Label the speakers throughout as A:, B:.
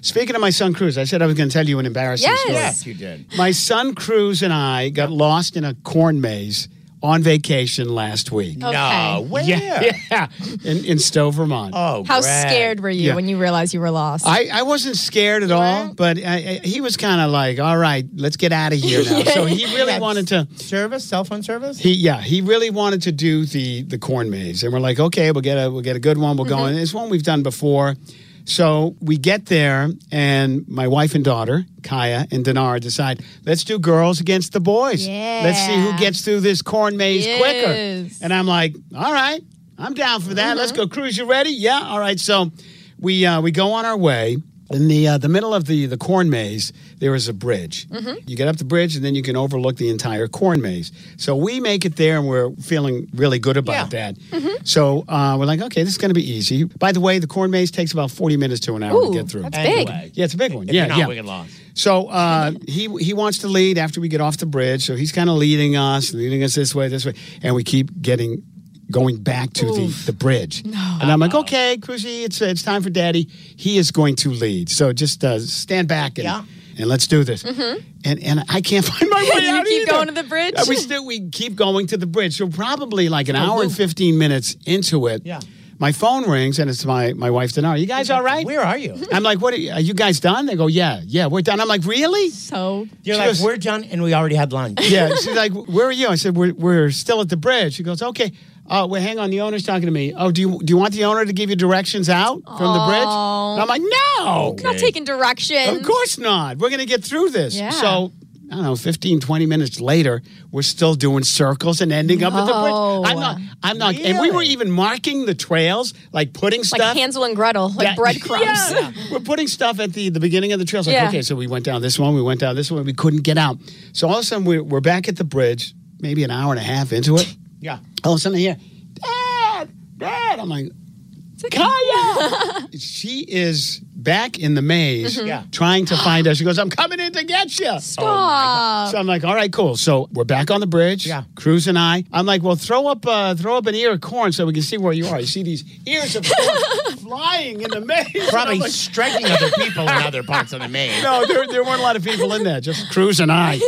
A: Speaking of my son Cruz, I said I was going to tell you an embarrassing
B: Yes.
A: story.
B: Yes,
C: you did.
A: My son Cruz and I got lost in a corn maze on vacation last week.
B: Okay.
C: No, where?
A: Yeah, yeah, in, in Stowe, Vermont.
C: Oh,
B: How
C: Greg.
B: scared were you
A: Yeah.
B: when you realized you were lost?
A: I, I wasn't scared at all, but I, I, he was kind of like, "All right, let's get out of here now." So he really
C: Yeah.
A: wanted to.
C: Service, cell phone service.
A: He yeah, he really wanted to do the the corn maze, and we're like, okay, we'll get a we'll get a good one. We'll
B: Mm-hmm.
A: go, and it's one we've done before. So we get there, and my wife and daughter, Kaya and Dinara, decide let's do girls against the boys. Let's see who
B: Yeah.
A: gets through this corn maze
B: Yes.
A: quicker. And I'm like, all right, I'm down for that. Let's go, Cruz. You ready? Yeah. All right. So we uh, we go on our way. In the uh, the middle of the the corn maze, there is a bridge.
B: Mm-hmm.
A: You get up the bridge, and then you can overlook the entire corn maze. So we make it there, and we're feeling really good about that.
B: Mm-hmm.
A: So uh, we're like, okay, this is going to be easy. By the way, the corn maze takes about forty minutes to an hour
B: Ooh,
A: to get through.
B: that's
C: Anyway.
A: Yeah, it's a big one.
C: If
A: yeah,
C: you're not,
A: yeah.
C: we get lost.
A: So uh, he he wants to lead after we get off the bridge. So he's kind of leading us, leading us this way, this way, and we keep getting going back to the, the bridge. And I'm like, okay, Cruzy, it's it's time for Daddy. He is going to lead. So just uh, stand back and.
C: Yeah.
A: And let's do this. And and I can't find my way
B: Mm-hmm. You
A: out.
B: keep
A: either.
B: going to the bridge? Oh,
A: Uh, we still we keep going to the bridge. So probably like an hour and fifteen minutes into it.
C: Yeah.
A: My phone rings and it's my my wife Denara. You guys all right?
C: Where are you?
A: I'm like, what are you, are you guys done? They go, yeah, yeah, we're done. I'm like, really?
B: so
C: You're
A: She
C: like,
A: goes-
C: we're done, and we already had lunch.
A: Yeah. She's like, where are you? I said, we're, we're still at the bridge. She goes, okay. Oh, wait, hang on. The owner's talking to me. Oh, do you do you want the owner to give you directions out from the bridge? And I'm like, no,
B: Oh. not taking directions.
A: of course not. We're going to get through this.
B: Yeah.
A: So, I don't know, 15, 20 minutes later, we're still doing circles and ending up at the
B: No.
A: bridge. I'm not, I'm not, and we were even marking the trails, like putting
B: Like
A: stuff.
B: Hansel and Gretel, like
A: Yeah.
B: breadcrumbs.
A: Yeah. We're putting stuff at the, the beginning of the trail. It's like,
B: Yeah.
A: okay, so we went down this one, we went down this one, we couldn't get out. So all of a sudden, we're, we're back at the bridge, maybe an hour and a half into it.
C: Yeah.
A: All of a sudden, I hear, Dad, Dad. I'm like, Kaya! she is back in the maze
C: Yeah.
A: trying to find us. She goes, I'm coming in to get you.
B: Stop.
A: So I'm like, all right, cool. So we're back on the bridge.
C: Yeah.
A: Cruz and I. I'm like, well, throw up, uh, throw up an ear of corn so we can see where you are. You see these ears of corn flying in the maze. And I'm
C: Probably
A: like,
C: striking other people in other parts of the maze.
A: no, there, there weren't a lot of people in there, just Cruz and I.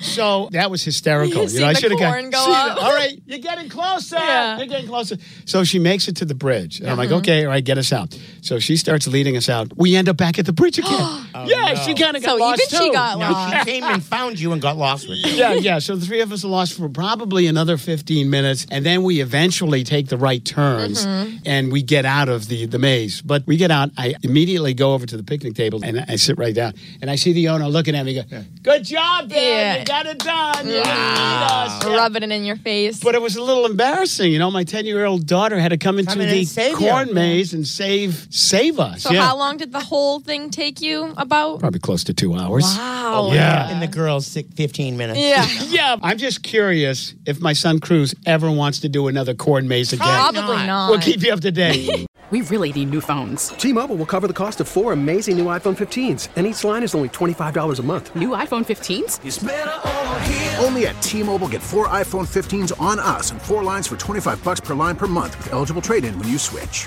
A: So that was hysterical.
B: Seen the
A: shoulda
B: corn go
A: See the-
B: up.
A: all right, you're getting closer.
B: Yeah.
A: You're getting closer. So she makes it to the bridge. And I'm like, okay, all right, get us out. So she starts leading us out. We end up back at the bridge again. yeah, she kind of got
B: Oh, So
A: lost
B: even she
A: too.
B: got
C: No,
B: lost.
C: she came and found you and got lost with you.
A: yeah, yeah. So the three of us are lost for probably another 15 minutes. And then we eventually take the right turns and we get out of the, the maze. But we get out. I immediately go over to the picnic table and I sit right down. And I see the owner looking at me go, Good job, Dad.
B: Yeah.
A: You got it done. You didn't need us." Yeah.
B: Rubbing it in your face.
A: But it was a little embarrassing. You know, my 10 year old daughter had to come into
C: in and
A: the
C: save you.
A: corn maze and save save us.
B: so
A: yeah.
B: how long did the whole thing take you? About
A: Probably close to two hours.
B: wow.
A: Oh, Yeah.
C: And the girls, sick 15 minutes.
B: Yeah.
A: Yeah, I'm just curious if my son Cruz ever wants to do another corn maze again.
B: Probably
C: not.
B: not.
A: We'll keep you up to date.
D: We really need new phones.
E: T-Mobile will cover the cost of four amazing new iPhone 15s, and each line is only $25 a month.
D: New iPhone 15s?
F: Only at T-Mobile get four iPhone 15s on us and four lines for 25 bucks per line per month with eligible trade-in when you switch.